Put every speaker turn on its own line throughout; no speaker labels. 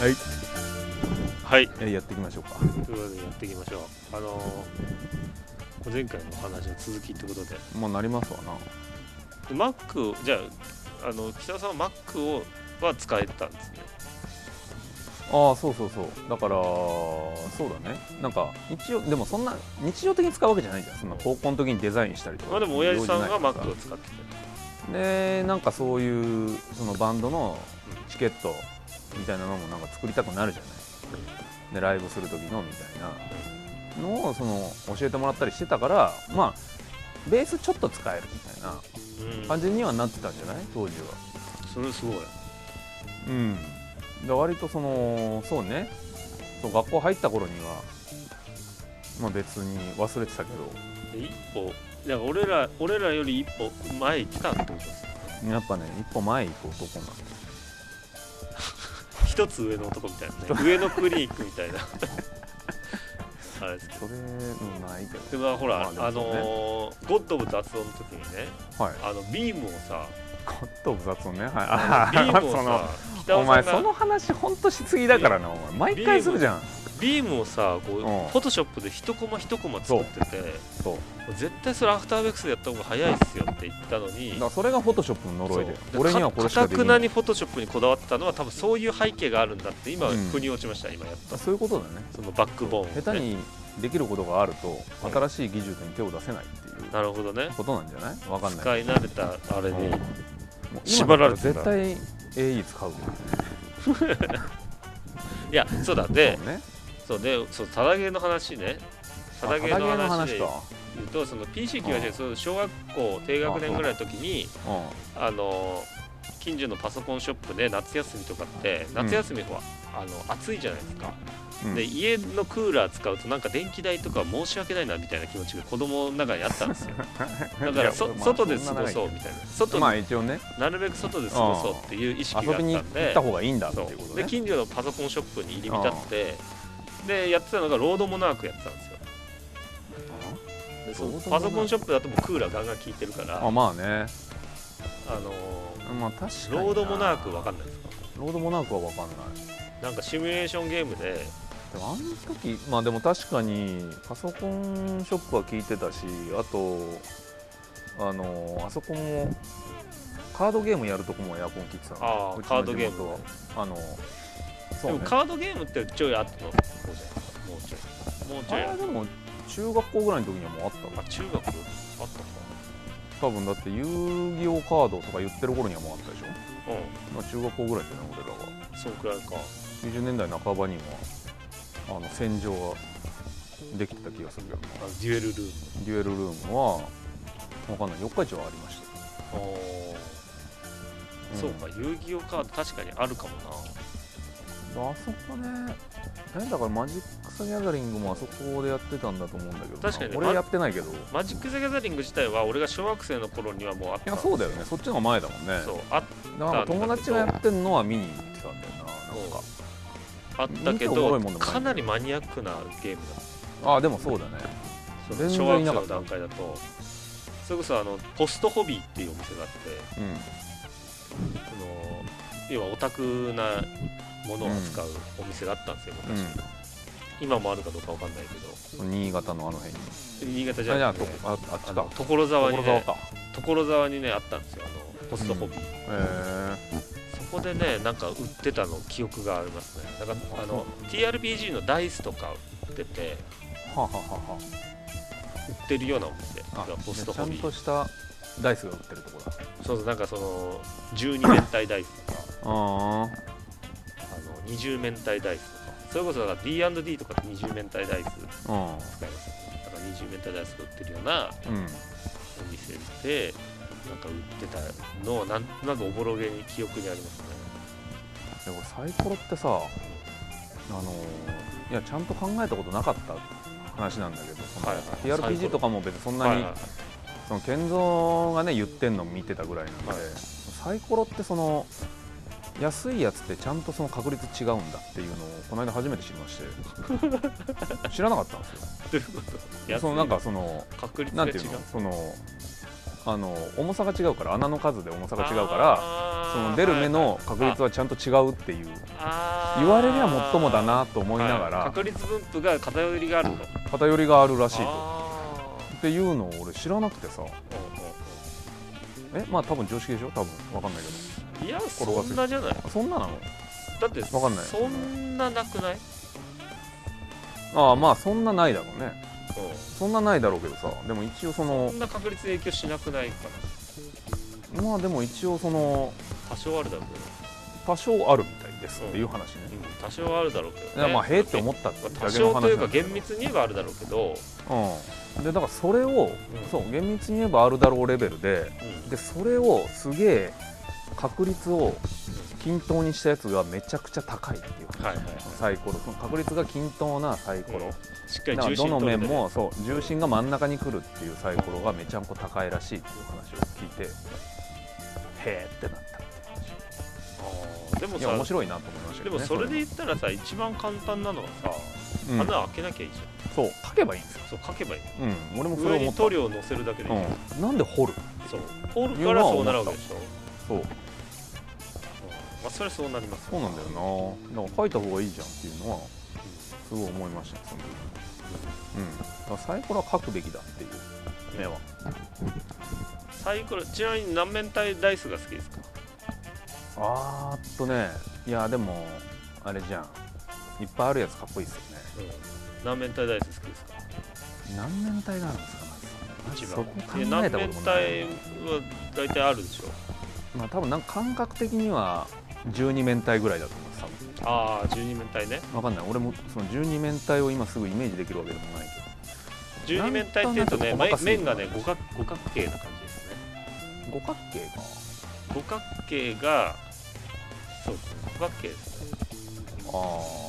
はい
はい
えやっていきましょうか
ということでやっていきましょうあのー前回のお話の続きってことで
まあなりますわな
で Mac じゃああの北田さんは Mac をは使えてたんですね
ああそうそうそうだからそうだねなんか日常でもそんな日常的に使うわけじゃないじゃんそんな高校の時にデザインしたりとか
まあでも親父さんが
用事ないから
Mac を使って
でなんかそういうそのバンドのチケットみたいなのもなんか作りたくなるじゃないでライブする時のみたいなのをその教えてもらったりしてたからまあベースちょっと使えるみたいな
た、う
感じにはなってたんじゃない当時は
ん、それすごい
うんで割とそのそうねそう学校入った頃にはまあ別に忘れてたけど
で一歩なんか俺ら俺らより一歩前に来たってことですね
やっぱね一歩前行く男なんで
一つ上の男みたいなね上のクリニックみたいな あれですけど
それうんないけど
でもほら、
ま
あ
あでもそうね
のーゴッド・オブ・雑音の時にね
はい
あのビームを さ
カットオブ雑音ねはい
あのビームを
その
さ北
お
尾さ
前
ん
そ
が
の話ほんとしすぎだからなお前毎回するじゃん
ビームをさこう、
ん
フォトショップで一コマ一コマ作ってて
そう
絶対それアフターベックスでやった方が早いっすよって言ったのに
だからそれがフォトショップの呪いで
そう
俺にはこれしかで
か
き
た
な
くないにフォトショップにこだわってたのは多分そういう背景があるんだって今、
うん
腑に落ちました今やっ
あ
と
そういうことだね
そのバックボーンをね、
下手にできることがあると新しい技術に手を出せないっていう
なるほどね
ことなんじゃないわかんない
使い慣れたあれ
う
に、
んもう今
縛られてた
絶対 AE 使うよ
いやそうだで
そうね
そうでそうタダゲーの話ねタダゲー
あ
の
タダ
話
ゲ
で
ーの
言うとその PC98 その小学校低学年ぐらいの時に
か
あの近所のパソコンショップで夏休みとかって夏休みは、あの暑いじゃないですか、
うん
で家のクーラー使うとなんか電気代とか申し訳ないなみたいな気持ちが子供の中にあった んですよだからそ外で過ごそうみたいな外
と
に
まあ一応ね
なるべく外で過ごそうっていう意識が
遊
あった
び
ん
に
で
行った方がいいんだっていうこ
そ
と
うで
ね
近所のパソコンショップに入り浸ってでやってたのがロードモナークやってたんですよでそ
ロードモナー
う
ク
パソコンショップだともうクーラーガンガン効いてるから
あ
あ
まあね
のー
まあ確かにな
ロードモナークわかんないですか
ロードモナークはわかんない
なんかシミュレーションゲームで
でもあの時まあでも確かにパソコンショップは聞いてたしあとあのあそこもカードゲームやるとこもエアコン切ってたのう
あー
ちの
カードゲーム
地元はあのそう
でも
ね
カードゲームってちょいあったのこうじゃないですかもうちょいもうち
あ
ょいあ
れでも中学校ぐらいの時にはもうあった
あ
わ
中学あったか
多分だって遊戯王カードとか言ってる頃にはもうあったでしょ、
う
まあ、中学校ぐらいじゃない俺らは
んそんくらいか
90年代半ばにはあの戦場ができてた気がするけどな
あデュエルルーム
デュエルルームは分かんない四日市はありました
あー
ん
そうか遊戯王カード確かにあるかも
あそこねえだからマジック・ザ・ギャザリングもあそこでやってたんだと思うんだけどな
確かに
俺
あ
やってないけどい
なマジック・ザ・ギャザリング自体は俺が小学生の頃にはもうあった
やそうだよねそっちの方が前だもんね
そうあ
だから友達がやってんのは見に行ってたんだよななんか
あったけ
見ておもろ
ど
いもんでもない
かなりマニアックなゲームだっ
ああでもそうだね
た
全然
小学
いな
生
か
の
った
段階だとそれこそあのポストホビーっていうお店があって
うん
その要はオタクなものを扱うお店があったんですよ昔、
うん
今もあるかどうかわかんないけど
新潟のあの辺に
新潟じ
あじゃ
ゃな
あ
くて、
と
ね、
ああっ
あ
ちか
の所沢に
所沢
ね
か
所沢にねあったんですよあのポストホビー、
へえ
そこでねなんか売ってたの記憶がありますねだからあの TRPG のダイスとか売ってて
はあはあは
売ってるようなお店
あはあ
がポスト
ちゃ
ホ
ん
ビー
としたダイスが売ってるとこだ
そうそうなんかその12面体ダイスとか
あ
あの20面体ダイスとかそれこそだから D&D とかって20面体ダイス
あうん
使いますよねだから20面体ダイスが売ってるような
うん
お店でなんか売ってたのをなんとなくおぼろげに記憶にありますね
でもサイコロってさあのーいやちゃんと考えたことなかった話なんだけどその
はいはいサイコ
TRPG
ロ
とかも別にそんな
はい
に、
はい
その健三がね言ってんの見てたぐらいなんで、
はい
サイコロってその安いやつってちゃんとその確率違うんだっていうのをこの間初めて知りまして 知らなかったんですよ
どういうこと安い
そのなんかその
確率が
なんて
違う
いうのそのあの重さが違うから穴の数で重さが違うから
そ
そその出る目の確率はちゃんと違うっていう言われりゃもっともだなと思いながら
確率分布が偏りがあると
偏りがあるらしいと
あ
っていうのを俺知らなくてさ
ーうんうん
えまあ多分常識でしょ多分わかんないけ
うんいや
れ
そんなじゃない
どそんななの
だって
わかんない
そんななくない、
ああまあそんなないだろうね
う
そんなないだろうけどさでも一応そ
ん、
の
そんな確率で影響しなくないかな
まあでも一応その
多少あるだろう
多少あるみたいですっていう話ね
けど、うん、多少あるだろうけ
い
ど、
や
ね、
まあへえって思
っ
っただけの
多
話
少という
な
か
んだけど
厳密に言えばあるだろうけど、
うんでだからそれをそう厳密に言えばあるだろうレベルで
うん
でそれをすげえ確率を均等にしたやつがめちゃくちゃ高いっていう話
はいはいはい
サイコロその確率が均等なサイコロ、
しっかり
だからど
重心
の
取れ
面
てる
もそう重心が真ん中に来るっていうサイコロがめちゃんこ高いらしいっていう話を聞いてへえってなったって話
あーでも
いや面
さ
白いなと思いましたけ
で
ど、
も
ね、
それで言ったらさ一番簡単なのはさ、
それは、うん
穴開けなきゃいいじ
そう書けばいいんですよ
ゃんそう書けばいい
うん俺もそれ
上
思
に
った
塗料を乗せるだけでいいじゃん、
うん、なんで掘る
そうホールからそうなるわけでしょ、
そう
うんまあ、それはそうなります
そうなんだよなだから書いた方がいいじゃんっていうのはすごい思いましたその時うんだからサイコロは書くべきだっていう目は
サイコロちなみに何面体ダイスが好きですか
あーっとねいやでもあれじゃんいっぱいあるやつかっこいいっすよね
何面体ダイス好きですか
何面体があるんですかまず
一
そ
番
こ考
いや
え
何
たこと
面
もな
体
い
は大体あるでしょ
まあ多分なんか感覚的には12面体ぐらいだと思います多
ああ12面体ね
分わかんない俺もその12面体を今すぐイメージできるわけでもない
12面体っていうとね
なんとなく細かすぎる
面がね五角五角形な感じですね
けど五角形か
五角形がそうですね五角形ですね
あー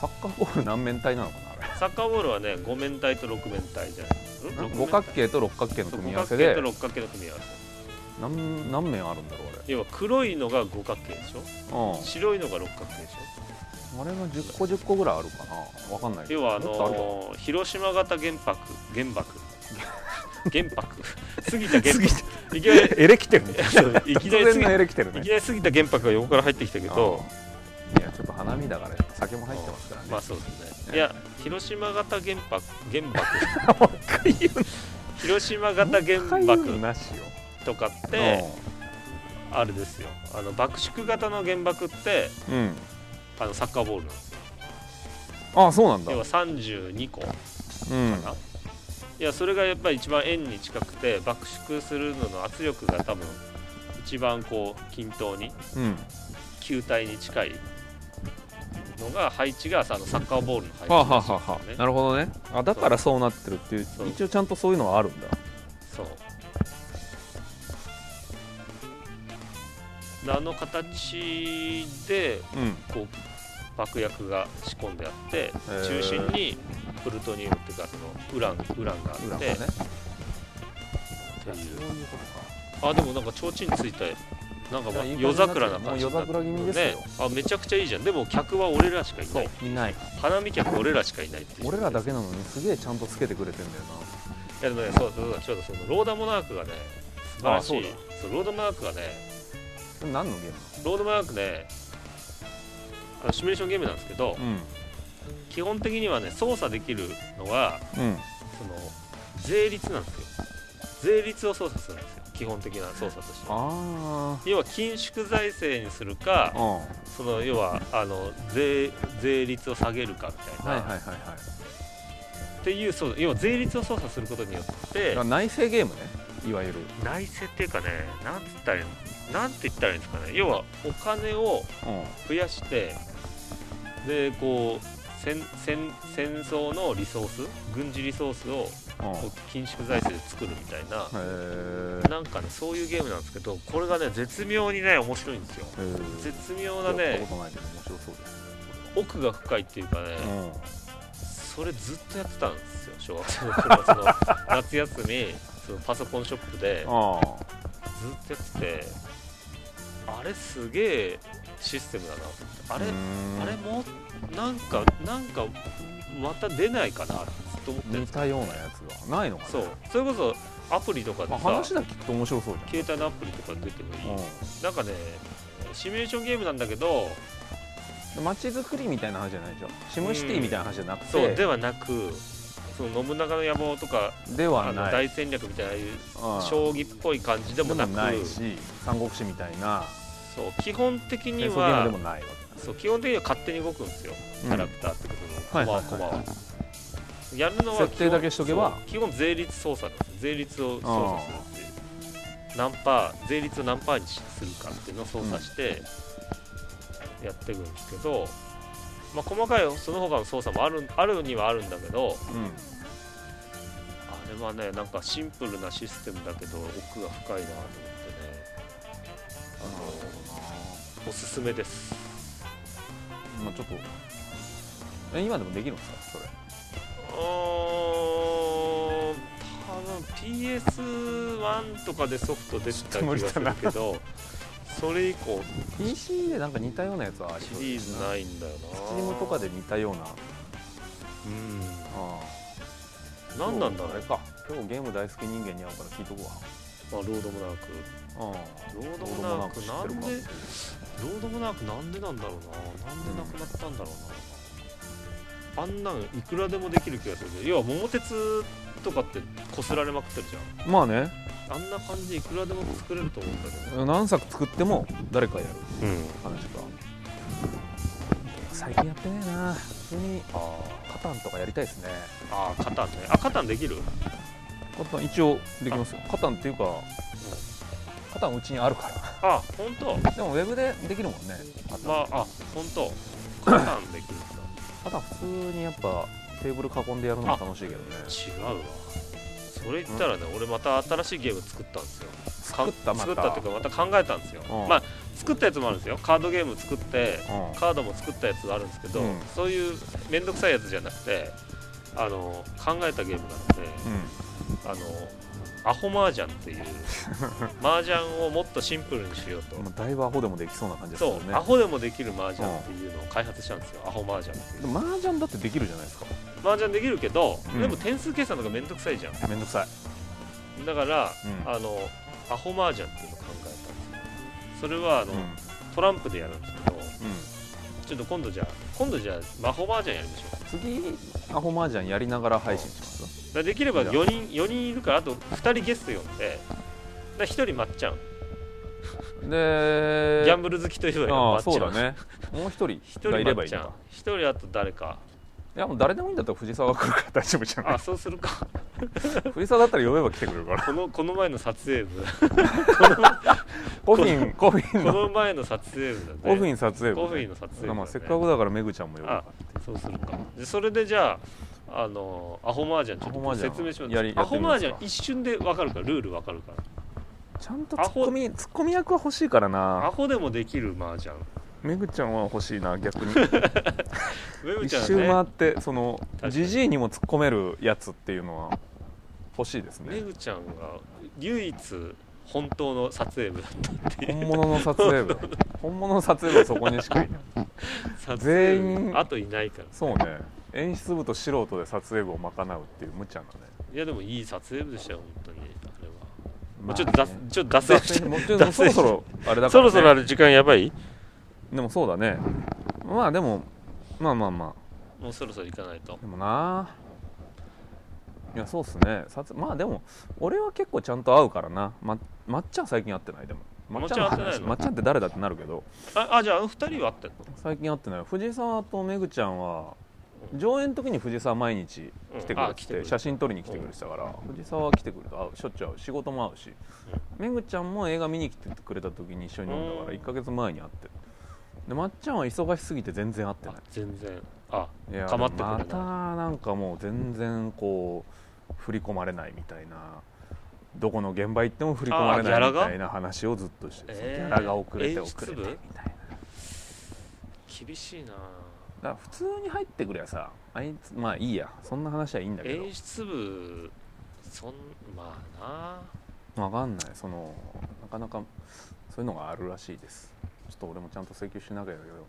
サッカーボール何面体なのかなあ
サッカーボールはね五面体と六面体じゃないです
れ五角形と六角形の組み合わせで
と六角形の組み合わせ
何何面あるんだろう
要は黒いのが五角形でしょ
あれ
白いのが六角形でし
うんあれが10個10個ぐらいあるかなわかんない
ょ要はあ
もっとるか
のー広島型原爆原 爆原爆杉田原爆いきなり
エレキテルみたいな
いきなり
突然のエレキテル
い
ね
きなり杉田原爆が横から入ってきたけど
いやちょっと花見だからやっぱ酒も入ってますからね
まあそうですねいや広島型原爆原爆
もう一回言う
広島型原
もう一回言う
爆
なしよ
とかってあれですよあの爆縮型の原爆って
うんうん
あのサッカーボールなんですよ
あそうなんだ
要は32個か
うん
な、いやそれがやっぱり一番円に近くて爆縮するのの圧力が多分一番こう均等に
うん
球体に近いのが配置がさあのサッカーボールの配置
はあ、はあはあはあ、なるほどねあだからそうなってるっていう
そう
一応ちゃんとそういうのはあるんだ
そうあの形で
うん
こう爆薬が仕込んであって
ー
中心にプルトニウムっていうかそのウランウランがあ
裏
っ
も
て
ね
っていう
いうこ
あでもなんか提灯ついたなんかまあ
いやいい
夜桜な感じ
もう夜桜気味ですよ
ねあめちゃくちゃいいじゃんでも客は俺らしかいない
いない
花見客俺らしかいないっていう
俺らだけなのにすげえちゃんとつけてくれてんだよない
やでもねそうそうそうちょっとそのローダモナークがね素晴らしい
あ
そうローダモナークがね
これ何のゲーム
ロードマークねあのシミュレーションゲームなんですけど、基本的にはね操作できるのは
うんうん
その税率なんですよ税率を操作するんですよ基本的な操作として
あ
要は緊縮財政にするか
あうんはい
その要はあの税税率を下げるかみたいな、
はいはいはい
っていうそう要は税率を操作することによって
だから内政ゲームねいわゆる
内政っていうかねなんつったらいいのなんて言ったらいいんですかね要はお金を
うん
増やしてでこう戦戦戦争のリソース軍事リソース
うん
をこう緊縮財政で作るみたいな
へえ
なんかねそういうゲームなんですけどこれがね絶妙にね面白いんですよ絶妙な
やった
ね
ことないけど面白そうです
奥が深いっていうかね
ねうん
それずっとやってたんですよ小学生の頃その夏休み そのパソコンショップで
ああ
ずっとやっててあれすげえシステムだなと思ってあれあれもなんかなんかまた出ないかなってずっと思ってるん
似
ですよ
たようなやつがないのかな
そうそれこそアプリとかで
あ
さ
話だけ聞くと面白そうじ
携帯のアプリとか出ても
ゃん
いい、なんかねシミュレーションゲームなんだけど
うん街づくりみたいな話じゃないでしょシムシティみたいな話じゃなく
そう
て
ではなくその信長の野望とか
で
あ
は
の
ない
大戦略みたいなああいう
うん
将棋っぽい感じでも
でも
なく
ないし三国志みたいな
そう基本的に
戦争ゲームで
は
もないわけ
そう基本的には勝手に動くんですよキャラクターってこと
は
の
い
駒は駒は。やるのは基本
設定だけしとけば
そう基本税率操作なんです税率を操作するっていう何パー税率を何パーにするかっていうのを操作してやっていくんですけど、まあ、細かいその他の操作もあるあるにはあるんだけど
うん
あれはねなんかシンプルなシステムだけど奥が深いなと思ってねあのおすすめです
まあちょっとえ今でもできるんですかそれ
うーん多分 PS1 とかでソフト出てた気がするけ どそれ以降
PC でなんか似たようなやつはあり
シ
そう
リ
で
ー
す
ズ
ね
ないんだよな
スチームとかで似たような
うん
あ
何なんだ
あ
ろ
れ
う、
か今日ゲーム大好き人間に会うから聞いとこ
まあ、ロードもなく
うわ
ロードもなく
ロー
なん
ドもなく
でロードもなくなんでなんだろうななんでなくなったんだろうな、あんなのいくらでもできる気がするけど要は桃鉄とかってこすられまくってるじゃ
まあね
んあんな感じでいくらでも作れると思うんだけど、
何作作っても誰かやる
うん、
話か最近やってねえな普通に
あー
カタンとかやりたいですね
ああ、カタンね。あ、カタンできる
カタン一応できますよカタンっていうかカタンうちにあるから
あ、本当。
でもウェブでできるもんねカタン
まあ、あ、本当。カタンできるんだ。
カタン普通にやっぱテーブル囲んでやるのも楽しいけどね
違うわ。それ言ったらね、俺また新しいゲーム作ったんですよ。か
作ったまた
作ったっていうか、また考えたんですよ。
うん
まあ、作ったやつもあるんですよ。カードゲーム作って、
うん
カードも作ったやつがあるんですけど、
うん
そういうめんどくさいやつじゃなくて、あの、考えたゲームなので、あの、アホマージャンっ ていう、マージャンをもっとシンプルにしようと
うん。まあだいぶアホでもできそうな感じです
そ
よ
う、
ね
アホでもできる麻雀っていうのを開発したんですよ、アホ麻雀っていう
でも麻雀だってできるじゃないですか
麻雀できるけど、
うん
でも点数計算とかめんどくさいじゃ
めんどくさい
んだから、
うん
あのアホ麻雀っていうのを考えたんですよそれはあの、トランプでやるんですけどちょっと今度じゃあ今度じゃあ魔法麻雀やりましょう
次アホ麻雀やりながら配信します
だからできれば4人4人いるからあと2人ゲスト呼んでだから1人まっちゃん
で
ギャンブル好きといえば
あ
ま
あ
っちゃ
そ
ん
うだねもう一人
1
がい
人
れ
ま
ば
っ
いい
ち
の
ゃん
か
1人あと誰か
いやもう誰でもいいんだったら藤沢来るから大丈夫じゃな
あ
い
そうするか
藤沢だったら呼べば来てくれるから
このこの前の撮 影部
コフィンコフィン
こ
の
の前の撮影部だね
コフィン撮影部
コフィンの撮影部だね
まあせっかくだからめぐちゃんも呼ぶ
あそうするかでそれでじゃああのアホマージャンちょっ
アホ麻
と
雀
説明します
やり
アホマージ
や
ャ
っ
ン一瞬で分かるからルール分かるから
ちゃんとツッコミツッコミ役は欲しいから
ア
な
ホでもできるマージャン
めぐちゃんは欲しいな逆に
ウェブち
一
ゃん
周回
はね
ってその
かに
じじいにも突っ込めるやつっていうのは欲しいです
メ
ね
グちゃんが唯一本当の撮影部だったっていう
本物の撮影 部本物の撮影部はそこにしかいない
撮影部
全員
あといないから
そうね演出部と素人で撮影部を賄うっていう無茶なね
いやでもいい撮影部でしたよ本当にあれは、も
ま
う
あ
ちょっ
ね
と脱ちょっと脱線し
もうち
て
ょっとも
脱
うそろ
線し
そ
て
ろあれだから、ね、
そろそろある時間やばい
でもそうだねまあでもまあまあまあ
もうそろそろ行かないと
でもないやそうっすね撮影まあでも俺は結構ちゃんと会うからなままっちゃん最近会ってないでもまっちゃんの
まっちゃん会って
話
ないの
まっちゃんって誰だってなるけど
ああじゃああの二人はあったの
最近会ってない藤沢とめぐちゃんは上演の時に藤沢毎日来てく
うんあ
れ
来
てて、
てくれて
写真撮りに来てくれてたから藤沢来てくれと会うしょっちゅう会う仕事も会うし、めぐちゃんも映画見に来てくれた時に一緒に飲んだか
うん
ら1か月前に会ってでまっちゃんは忙しすぎて全然会ってな
あ
い
全然あ
いや
かまってくれない
またなんかもう全然こう振り込まれないみたいなどこの現場行っても振り込まれ
あ
な
ギ
い
ャラ
み
が
たいな話をずっとしてて、
えー
ギャラが遅れて
演出部
遅れてみたいなだか
厳しいな
ら普通に入ってくりゃさあいつまあいいやそんな話はいいんだけど
演出部そんまあ
わかんないそのなかなかそういうのがあるらしいですちょっと俺もちゃんと請求しなきゃだけど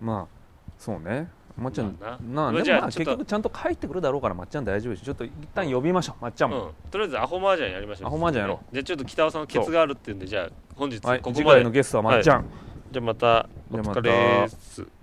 まあそうねまっちゃん、
まあ
な
な
あ
まあ
で
じ
も
ゃあ
まあ
ちょ
結
っと
局ちゃんと帰ってくるだろうからまっちゃん大丈夫でしょちょっと一旦呼びましょうまっちゃんも、
うん、とりあえずアホマージャンやりましょう
アホ麻雀やろ
じゃあちょっと北尾さんのケツがあるっていうんでじゃあ本日
はい
ここ
次
まで、
回のゲストはまっちゃん、
じゃあまたお
じゃあまた
疲れっす